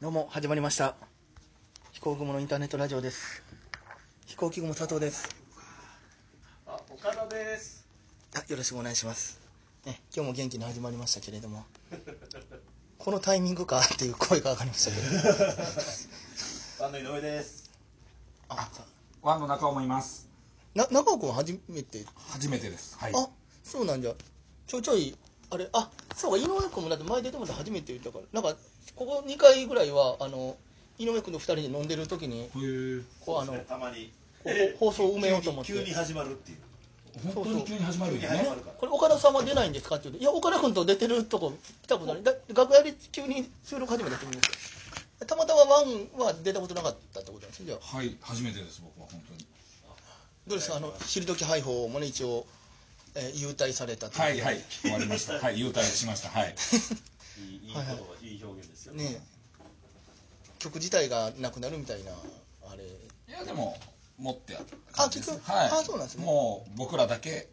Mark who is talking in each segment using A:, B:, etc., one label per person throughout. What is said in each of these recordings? A: どうも始まりました飛行雲のインターネットラジオです飛行機雲佐藤です
B: あ、岡田です。
A: あよろしくお願いします、ね、今日も元気に始まりましたけれどもこのタイミングかっていう声が上がりましたけど
B: バンド井上です。
A: あ
C: ワンの中尾もいます。
A: な中尾君初めて、
C: 初めてです。はい。
A: あそうなんじゃちょいちょいあれあそうか井上君もだって前出てもらって初めて言ったからなんかここ2回ぐらいはあの井上君の2人で飲んでる時に
C: へー
A: こうあ
B: そ
A: の
B: うですねたまに。
A: 放送を埋めようと思って
B: 急に急に始まるっていう。
C: 本当に急に始まる
B: 急に
C: んで
B: 始
C: ね
B: ま。るから。
A: これ岡田さんは出ないんですかって言うと「いや岡田君と出てるとこ見たことない」だ楽屋で急に収録始めたと思うんですよたまたまワンは出たことなかったってことなんですねじゃあ
C: はい、初めてです。僕は本当に。
A: どうですかあの昼時配報もね一応、えー、優待されたと
C: はいはい。終わりました。はい、優待しました。はい。
B: いいいい言
A: はいは
B: 葉
A: い、
B: いい表現ですよ。
A: ね曲自体がなくなるみたいなあれ
C: いやでも持ってある
A: あ
C: 感じ
A: 結
C: ですね
A: 局、
C: はい。
A: あそうなんですね
C: もう僕らだけ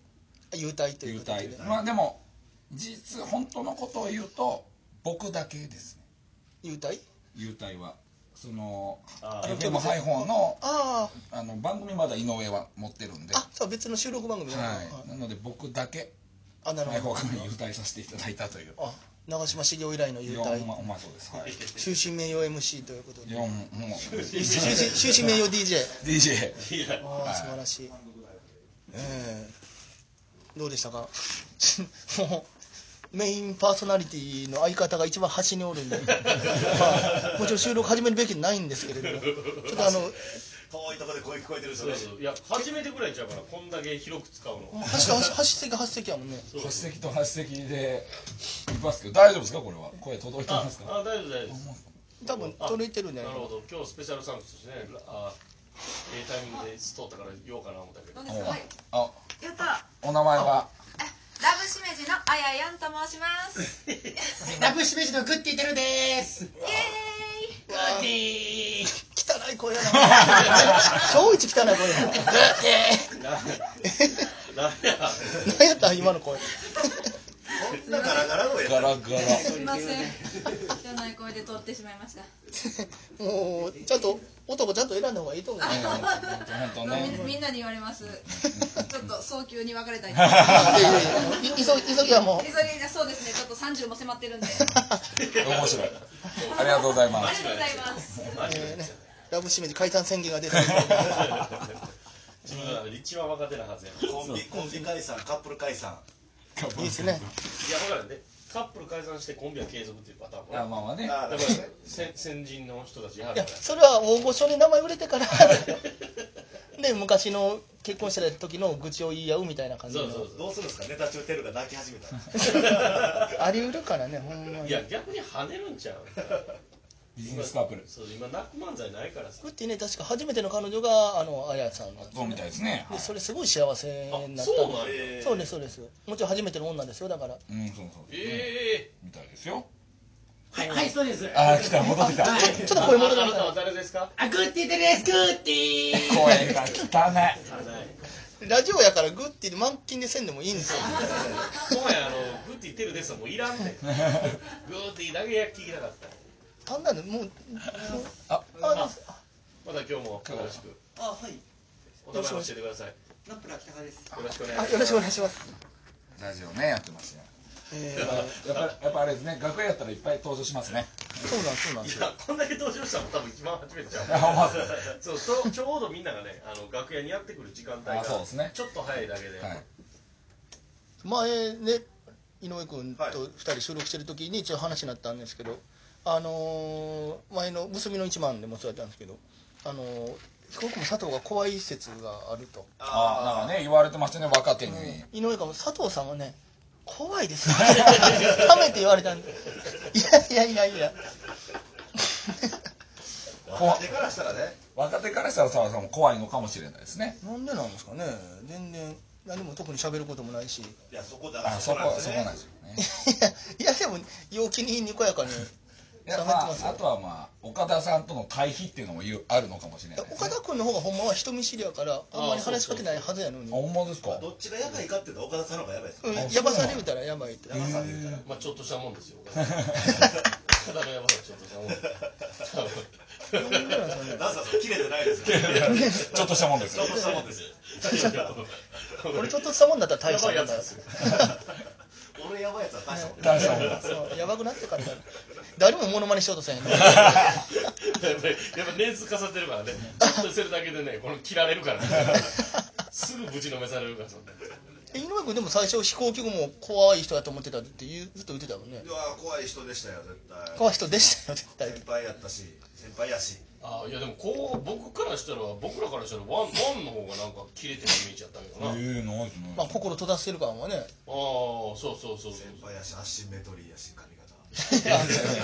A: 優待とい
C: 優
A: うこと
C: 待
A: で。
C: まあでも実本当のことを言うと僕だけですね。
A: 優待
C: 優待はその
B: あー
C: FM 配報の
A: あー
C: あの番組まだ井上は持ってるんで。は
A: あそう別の収録番組
C: い
A: なのかは。い
C: なので僕だけ
A: あなる
C: 配
A: ほ
C: 報
A: ど
C: から優待させていただいたという。
A: あ長嶋茂雄以来の優
C: いやほ
A: 待
C: んまほんまそうです。 はい。
A: 終身名誉 MC ということ
C: い
A: で
C: やもうもう
A: 終 身終身名誉 DJ
C: DJ
B: いや
A: ああ
C: はい
A: 素晴らしい、ええどうでしたか もうメインパーソナリティの相方が一番端におるんで、まあ、もちろん収録始めるべきないんですけれどもちょっとあの
B: 遠いとこで声聞こえてる人
D: そう
B: ね。
D: そういや初めてぐらいちゃうからこんだけ広く使うの
A: 端と端端席端席やもんね
C: 発席と発席でいますけど大丈夫ですかこれは声届いて
D: あ
C: ますか
D: あ大丈夫大丈
A: 多分届いてるんじゃ
D: 夫
A: な
D: ないる
A: かな
D: ほど今日スペシャルサンクスとしてねあええタイミングで通ったから言おうかな思ったけど
E: どうですかはい
C: あ
E: やったラ
C: お名前は
E: ブしめじのあややんと申します
F: ラブシメジのグッティテルです。
E: イエーイ
A: 汚い声やな超一汚い声やな
D: なんや
A: 何やったん今の声
B: こんなガラガラのやつ。
C: ガラガラ
E: すいませんじゃない声で撮ってしまいました
A: もうちゃんと男ちゃんと選んだ方がいいと思うね
C: 本当ね
E: みみんなに言われ ますちょっと早急に別れた い
A: いやいやいやもうい急ぎ急ぎはもう
E: 急ぎそうですねちょっと30も迫ってるんで
C: 面白いありがとうございま
E: あり
C: す
E: がとうございます
A: えーね、ラブシメジ解散宣言が出てる
D: 自分が一番若手なはずやい
B: コンビコンビ解散、カップル解散。
A: いいですね
D: やほらねカップル解散してコンビは継続っていうパターンも
C: あ
D: ね
C: まあま
B: あ
C: あね
D: だ
B: ー
D: から先先人の人たちやる
A: いや
D: から
A: それは大御所に名前売れてからで昔の結婚してた時の愚痴を言い合うみたいな感じの
D: そうそう
B: どうするんですかネタ中テルが泣き始めたら。
A: あり得るからねほんま
D: そう
A: に
D: いや逆に跳ねるんちゃう
C: ビジネスカップル
D: そう今泣く漫才ないからさ
A: グッティね確か初めての彼女があのあやさんなんです
C: そうみたいですね
A: でそれすごい幸せになったんで
D: あそうなんや
B: えー
A: そうですそうですもちろん初めての女ですよだから
C: うんそうそう
D: ええ
C: みたいですよ
F: はい、はい、そうです。
C: あー来た戻ってきた
F: はい
A: ちょっとこれ戻って
D: あ
A: くだ
D: なた
A: さ
D: は誰ですか
F: あ、グッティテルです。グッティ。
C: 声が汚い
A: いラジオやからグッティで満勤でせんでもいいんですよ
D: もはやあのグッティテルですはもういらんねんグッティだけや聞きたかった
A: 単なるもう
C: あ
A: あどうぞ
D: また今日もよろしく
F: あ、はい。
D: お名前教えてくださいよ
F: ナップラ北川です。
D: ろしくお願い
A: あ
D: し
A: よろしくお願いします、
C: ラジオねやってますね
A: え
C: やっぱやっぱあれですね楽屋やったらいっぱい登場しますね
A: ー、そうなんそうなん
D: ますいやこんだけ登場したの多分一番初めてちゃう
C: あほんまっすね
D: そうそうちょうどみんながねあの楽屋にやってくる時間帯が
C: あそうですね
D: ちょっと早いだけで、
C: はい
A: 前ね井上君と
B: はい
A: 2人収録してる時に一応話になったんですけど、あのー前の「結びの一番」でもそうやったんですけどあのー飛行機も佐藤が怖い説があると
C: あーなんかね言われてましたね若手に
A: 井上君も佐藤さんはね怖いですよためて言われたんでいやいやいやいや
B: 若手からしたらね。
C: 若手からしたら澤さんも怖いのかもしれないですね
A: なんでなんですかね全然何も特に喋ることもないしい
B: いやそこだ。
C: あそこ
B: なんです
C: そ
B: ね
C: こなんですよね
A: やいやでも陽気ににこやかに
C: いや
A: 黙っ
C: ま
A: て
C: あ
A: ますよ
C: あとはまあ岡田さんとの対比っていうのもいうあるのかもしれないです
A: 岡
C: ね
A: 田君の方がほんまは人見知りやからあんまり話しかけないはずやのに
C: あほんまですか
B: どっちがやばいかって言ったら岡田さんの方がやばいです。
A: うん
C: あ
A: やばされるたらやばいって
B: 山さんで言ったら。
D: まあちょっとしたもんですよただの山崎ちょっとしたもん
B: 綺麗じゃないですよ。
C: ちょっとしたもんです
B: ちょっとしたもんですよ。
A: 俺ちょっとしたもんだったら大
D: や
A: したも
D: ば
A: ん
D: い
A: だ
D: や
A: よ
D: つですよ
B: 俺やばいやつは大したもん
C: 大したもんだ
A: そうやばくなってから誰もモノマネしようとせんやん
D: やっぱりやっぱ年数重ねてるからねちょっとするだけでねこの切られるからねすぐぶちのめされるからそんな
A: え井上君でも最初飛行機雲も怖い人だと思ってたって言うずっと言ってたもんね
B: うわ怖い人でしたよ、絶対。
A: 怖い人でしたよ絶対
B: 先輩やったし、先輩やし。
D: あいやでもこう僕からしたら僕らからしたらワンワンの方がなんか切れてるイメージやったけどなああ
C: ええないですね
A: まあ心閉ざしてる感はね
D: そうそうそうそう
B: 先輩やし、アシンメトリーやし、髪型。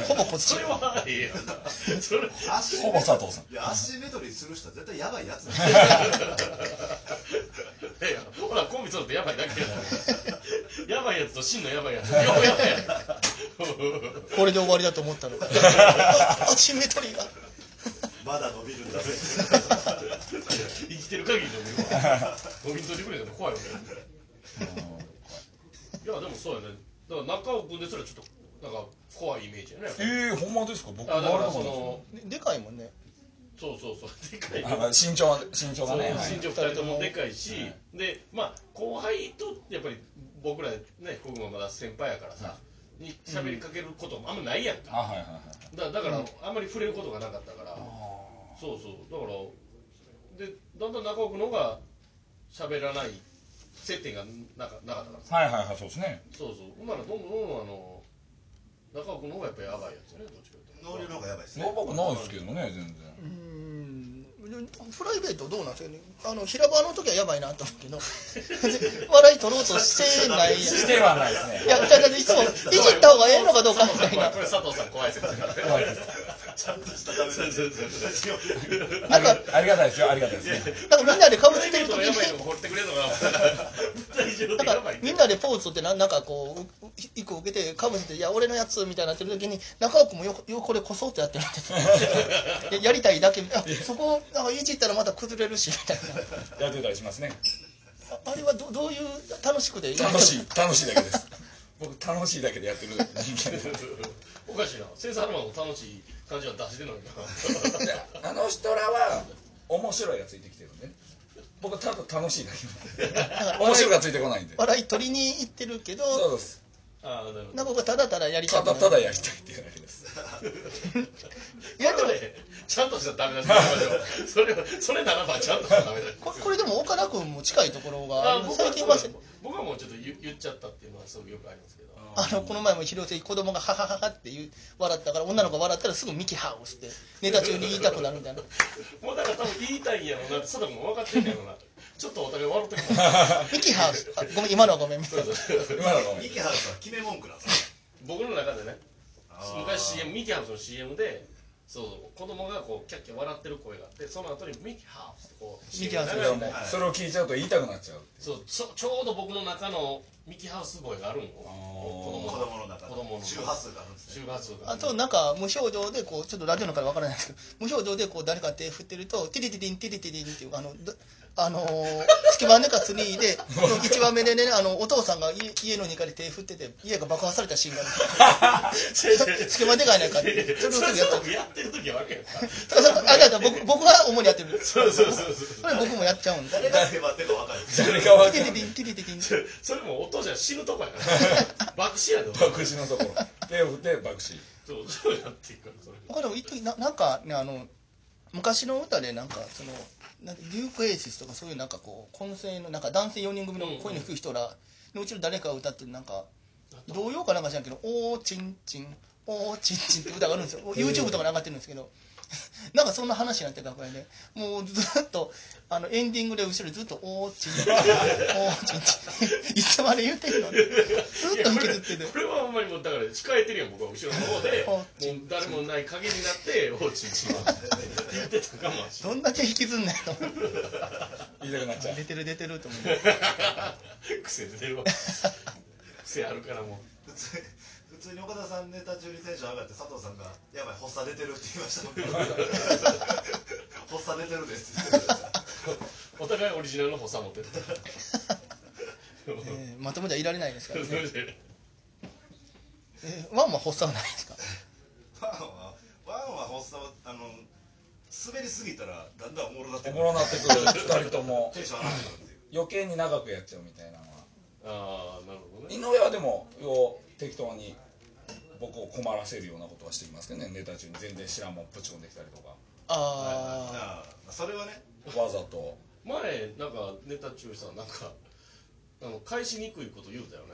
A: ほぼこっち
D: それはええやんなそれ
B: アシン
C: ほぼ佐藤さ ん
B: いや、アシンメトリーする人は絶対やばいやつだよ。
D: いやほらコンビ揃ってやばいだけやなやばいやつと真のやばいやつ両方やばいやつ
A: これで終わりだと思った のシンメトリーが
B: まだ伸びるんだぜ。
D: 生きてる限り伸びるわ伸びんといてくれたら怖いよねいやでもそうやねだから中尾君ですらちょっとなんか怖いイメージやね
C: ええほんまですか僕
D: あだからそ
C: 周り
D: の
A: ででかいもんね
D: そうそうそうでかいよ
C: の方ですあ身長は身長がねはい
D: 身長2人ともでかいし、でまあ後輩とやっぱり僕らね僕もまだ先輩やからさ、に喋りかけることもあんまないやんか
C: あはいはいはい
D: だだから、あんまり触れることがなかったからそうそうだからでだんだん中尾君の方が喋らない接点がなかなかったからさ
C: はいはいはいそうですね
D: そうそうほんならどんどんどんどんあの中尾君の方がやっぱりやばいやつよねどっちかと
B: 能
D: い
B: 量
D: うと
B: の方がやばいですね。
C: 僕ないですけどね全然
A: うーんプライベートどうなんですかねあの平場の時はやばいなと思うけど笑い取ろうとしてないやん
C: してはないです
A: い
C: ね
A: やだからいつもいじった方がええのかどうかみたいな
D: これ佐藤さん怖いですよ
C: 怖いです
B: ちゃんとしたダメだぜ。
A: なんか
C: ありがたいですよありがたいです
A: な
C: ね
A: んかみんなでかぶ
D: プラ
A: っ
D: イ
A: て
D: ベ
A: る
D: ート
A: 時
D: のやばいの
A: に
D: も放ってくれるのかな大丈夫
A: なん
D: や
A: か
D: ばい
A: みんなでポーズ取ってななんかこうう一個受けてかぶせて「いや俺のやつ」みたいになってる時に中尾君もよよこれこそっとやってるってややりたいだけあそこなんかいじったらまた崩れるしみたい
C: やってたりしますね
A: なああれはどどういう楽しくでや
C: 楽しい楽しいだけです僕楽しいだけでやってる人間なんで
D: おかしいなセンサーマンの楽しい感じは出してるのに な
C: いやあの人らは面白いがついてきてるんでね僕はただ楽しいだ けなんで面白いがついてこないんで
A: 笑い取りに行ってるけど
C: そうです
D: ああなるほど
A: 中尾君はただただやりた
C: た
A: くな
C: だ
A: い
C: ただやりたいっていうだけです
A: いやでも
D: これはねちゃんとしたらダメだしそれはそれならばちゃんとしたらダメだ
A: これこれでも岡田君も近いところ
D: あ
A: が
D: 僕は
A: 最近は
D: 僕はもうちょっと言言っちゃったっていうのはすごくよくありますけど
A: あのこの前も広瀬子供がハハハハって言う笑ったから女の子が笑ったらすぐミキハーをしてネタ中に言いたくなるみた いな
D: もうだから多分言いたいんやろうなって佐藤君も分かってんやろうなちょっとお互い笑ってくる
A: ミキハーあごめん今のはごめんみたいな
C: 今のごめん
B: ミキハルさんは決め文句なんですね
D: 僕の中でね昔 CM ミキハウスの CM でそう子供がこうキャッキャ笑ってる声があってその後にミキハウスってこう
A: ミキハウスで
D: 流れ
A: す
D: て
A: ね
C: それを聞いちゃうと言いたくなっちゃう
D: そうちょちょうど僕の中のミキハウス声があるんよ
B: 子
D: 子
B: 供の中
D: 子供の
B: の周波数があるんですね。
D: 周波数が
A: あ となんか無表情でこうちょっとラジオのからわからないですけど無表情でこう誰か手振ってるとティリティリンティリティリンっていうあのどあのー、隙間ネカスニーでの1話目でねあのお父さんが家家の2階で手振ってて家が爆破されたシーンがあ る隙間ネカいないかってそれをすぐやっちゃう
D: やってる時はあるやんか
A: そうそうあだから僕僕が主にやってる
D: そうそうそうそう
A: それ僕もやっちゃう んです
B: 誰が迫ってるか分かる。
C: 誰か分
A: ティリテ
C: かんない
A: ィリンティリティリン
D: それもお父ちゃん死ぬとこ やから爆死やで
C: 爆死のところ手を振って爆死
D: そうそうやっていくからそれ
A: 他でも一時ななんかねあの昔の歌でなんかそのなんかデューク・エイシスとかそういうなんかこう混声のなんか男性4人組の声の低い人らのうちの誰かが歌ってるなんか童謡かなんか知らんけど「おーちんちんおーちんちん」って歌があるんですよ YouTube とかに上がってるんですけど なんかそんな話になって楽屋でもうずっとあのエンディングで後ろでずっと「おーちん ちんおーちんちん」いつまで言うてんのずっと引きずってて
D: これはほんまにもうだから控えてるやん僕は後ろの方で
A: お
D: も う誰もない陰になっておうちんちんは言ってたかもし
A: どんだけ引きずんねんと思って
C: 言いたくなっちゃう
A: 出てる出てると思って。
D: れない癖出てるわ癖あるからも
B: 普通普通に岡田さんネタ中にテンション上がって佐藤さんが「やばい発作出てる」って言いましたもん発作出てるです
D: うお互いオリジナルの補佐持ってる
A: えーまともじゃいられないですから、ね
D: それで
A: えーワンは発作はないですか
B: ワンはワンは発作はあの滑りすぎたらだんだんおもろなって
C: お
B: く
C: もろなってくる2人とも
B: テンション上がってくるっていう
C: 余計に長くやっちゃうみたいなのは
D: ああなるほど
C: 井
D: ね
C: 上はでもよう適当に僕を困らせるようなことはしてきますけどねネタ中に全然知らんもんぶち込んできたりとか
A: あ
B: ああそれはね
C: わざと
D: 前なんかネタ中さなんかあの返しにくいこと言うたよね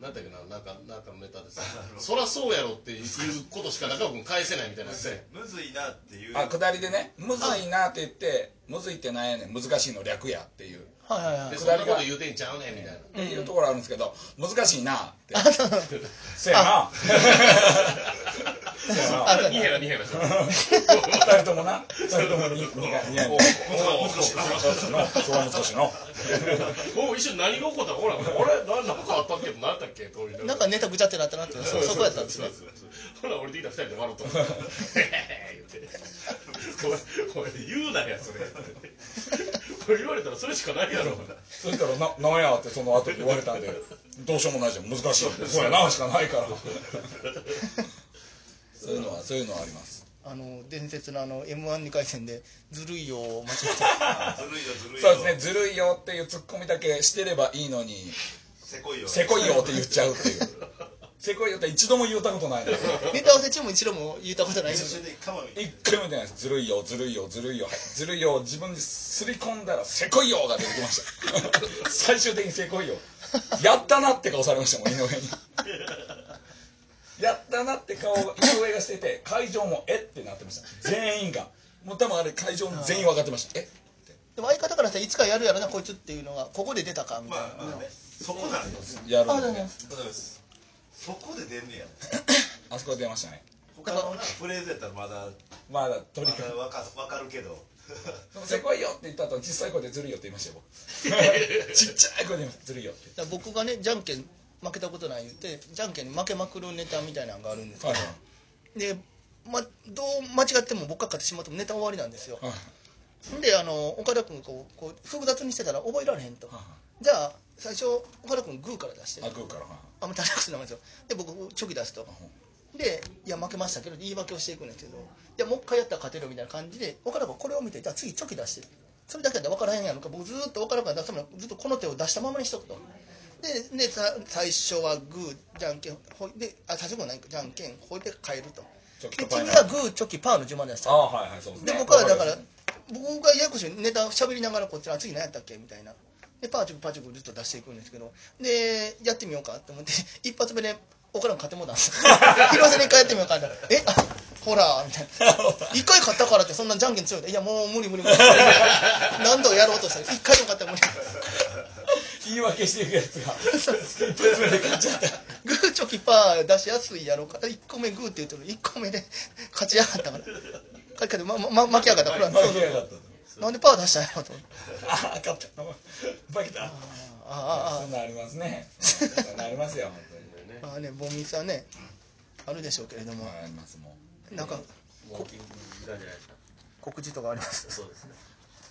D: なんだっけななんかなんかのネタでさ「そらそうやろ」っていうことしか中尾君返せないみたいなやつ で
B: むずいなっていう
C: あ下りでね「むずいな」って言って「むずいってなんやねん難しいの略や」っていう
A: あはいはいはい
D: でそんなこと言うてんちゃうねんみたいな
C: っていうところあるんですけど「難しいな」って「 せやな」せやな
A: あ
D: ニヘラニヘラしてる
C: 二人ともな二人ともににがにやに
B: お難しいな
C: のそれは難しいの
D: もう一緒に何が起こったのほらほら何なんかあったっけ何だったっけと言い
A: なんかネタぐちゃってなったなってそそこやったんですね
D: ほら俺できた二人で笑うと思う言ってお前お前言うなやそれこれ言われたらそれしかないやろ
C: そしたらな「なんや」ってその後言われたんで「どうしようもないじゃん難しい」「そうやな」しかない からそういうのはそういうのはあります
A: あの伝説のあの m 1 2回戦でずるいよを間違
B: ずるいよずるいよ
C: そうですね「ずるいよ」っていうツッコミだけしてればいいのに
B: せこい
C: 「
B: よ
C: せこいよ」って言っちゃうっていう「せこいよ」って一度も言ったことないの
A: えてネタ合わせ中も一度も言ったことないです
B: 一緒でかもみ
C: 一回も言ってないですずるいよずるいよずるいよはいずるいよ自分にすり込んだらせこいよが出てきました最終的にせこいよやったなって顔されましたもん井上にやったなって顔を井上がしてて会場もえってなってました全員がもう多分あれ会場全員分かってましたえ
A: でも相方からしたらいつかやるやろなこいつっていうのがここで出たかみたいな、
B: まあまあねそこなんです
C: やる
A: あ
C: ん
A: で
C: で、
A: も
C: ね、
B: そこで出んねや
C: あそこで出ましたね
B: 他のなフレーズやったらまだ
C: まあと
B: ま
C: にか
B: だ
C: く
B: わかわかるけど
C: でもせこいよって言った後実際声でずるいよって言いましたよ僕 ちっちゃい声で言いましたずるいよって
A: だから僕がねじゃんけん負けたことない言ってじゃんけんに負けまくるネタみたいなのがあるんですけど、
C: はいはい
A: で、ま、どう間違っても僕が勝ってしまってもネタ終わりなんですよ、
C: はい
A: であの岡田君こうこう複雑にしてたら覚えられへんと、じゃあ最初岡田君グーから出して
C: あ食うからはいはい
A: あんまりすの名前ですよで僕チョキ出すとでいや負けましたけど言い訳をしていくんですけどでもう一回やったら勝てるみたいな感じで岡田君これを見てじゃあ次チョキ出してそれだけで分からへんやろか僕ずーっと岡田君が出すためにずっとこの手を出したままにしとくとででさ最初はグーじゃんけんほいであ最初もないかじゃんけんほいで変えると
C: チョキ
A: で
C: とパー
A: 次
C: に
A: はグーチョキパーの順番でした
C: ああはいはいそうです
A: で
C: ね
A: 僕はだから僕がややこしいネタ喋りながらこっちあ次何やったっけみたいなでパーチョクパーチョクずっと出していくんですけどでやってみようかと思って 一発目で岡田も勝てもうたんです 広瀬に一回やってみようかってえあほらみたい な一回勝ったからってそんなじゃんけん強いっていやもう無理無理無 理何度かやろうとしたら一回も勝ったら無理
C: 言い訳していくやつが一発目で勝っちゃった
A: グーチョキパー出しやすいやろうか1個目グーって言ってる1個目で勝ちやがったから勝ちかで、まま、巻き上がったこれはそう
C: 負けやがった
A: なんでパー出したんやろうと思って
C: ああ勝った負けた
A: ああああ
C: そんなんありますねそんなんありますよ本
A: まあね、ボミさんね、あるでしょうけれど
C: 当
A: も
C: に、はいありますもう
A: なんか
D: もう聞いたんじゃないですか
A: 告知とかあります。
D: そうですね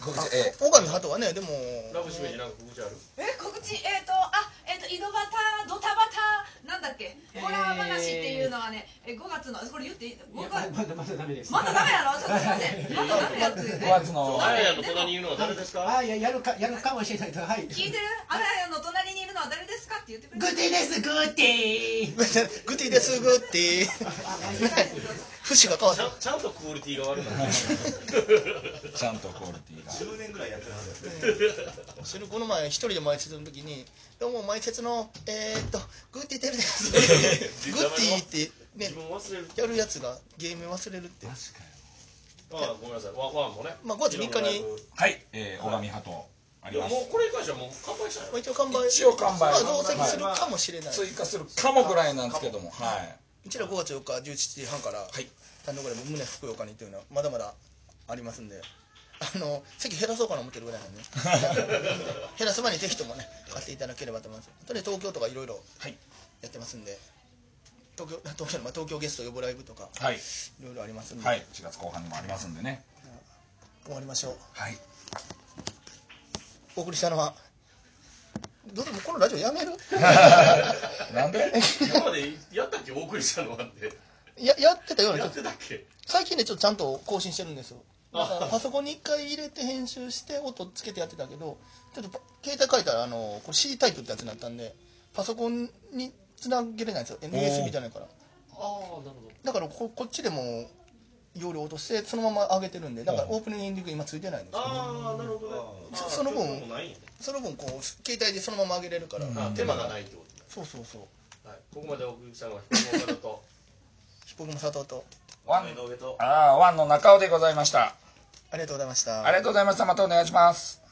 C: 告知え
A: 小上鳩はね、でも、
D: ラブシメジなんか告知ある
E: え告知えっ、とあえっ、と井戸端ドタバタなんだっけホラー話っていうのはねえ5月のこれ言っていい
F: いや
E: 5月
F: ままだまだダメです。
E: まだダメやろちょっとすいま せんまだダメや
C: 5
E: つ
C: 月の
D: あややの隣にいるのは誰ですか
F: あいややるかやるかもしれないけどはい。
E: 聞いてるあややの隣にいるのは誰ですかって言ってくれ
F: グッディですグッディ。
A: グ ッティです、グッティ。 節が変わっ
D: ちゃん
A: た。
D: ちゃんとクオリティが悪いな
C: ちゃんとクオリティが
B: 10年ぐらいやってるはずですね
A: それこの前、一人で前説の時に、どうも前説の、えーっと、グッティテルです。グッティって、ね
D: 自、分忘れる
A: やるやつが芸名忘れるって。
D: ああごめんなさいワンワンもね
A: まあ5月3日に
C: はいえー小上鳩あ
D: いやもうこれに関してはもう乾杯したよ
A: まあ、一応完売、
C: 一応完売
A: まあ、増席するかもしれない。
C: 追加するかもぐらいなんですけどもは
A: うちら5月4日17時半から、
C: い
A: 単独ライブ胸福岡にというのはまだまだありますんであの席減らそうかな思ってるぐらいなんで ね減らす前にぜひともね買っていただければと思いますあとで東京とかいろいろ
C: はい
A: やってますんで東京東京のまあ東京ゲスト呼ぶライブとか
C: はい
A: いろいろありますんで、
C: はい4月後半にもありますんでね
A: 終わりましょう
C: はい
A: お送りしたのはどうでもこのラジオやめる
C: なんで
D: 今までやったっけお送りしたのはって
A: ややってたような
D: や
A: 気
D: っ
A: が
D: てたっけ
A: 最近ねちょっとちゃんと更新してるんですよだからパソコンに一回入れて編集して音つけてやってたけどちょっとパ携帯変えたらあのこれ C タイプってやつになったんでパソコンにつなげれないんですよ NS みたいなのやから
D: ああなるほ
A: だからここっちでも容量落としてそのまま上げてるんでだからオープニングエンディング今ついてないんです
D: ど
A: よ
D: ああなるほどね
A: そその分
D: もないんやね
A: その分こう携帯でそのまま上げれるから、
D: あ手間がないってことね
A: そうそうそう
D: はいここまでお送りしたのは彦摩呂と
A: ヒップホップの佐藤と
C: ワ
B: 井
C: ン
B: 上と
C: ああワンの中尾でございました
A: ありがとうございました
C: ありがとうございましたまたお願いします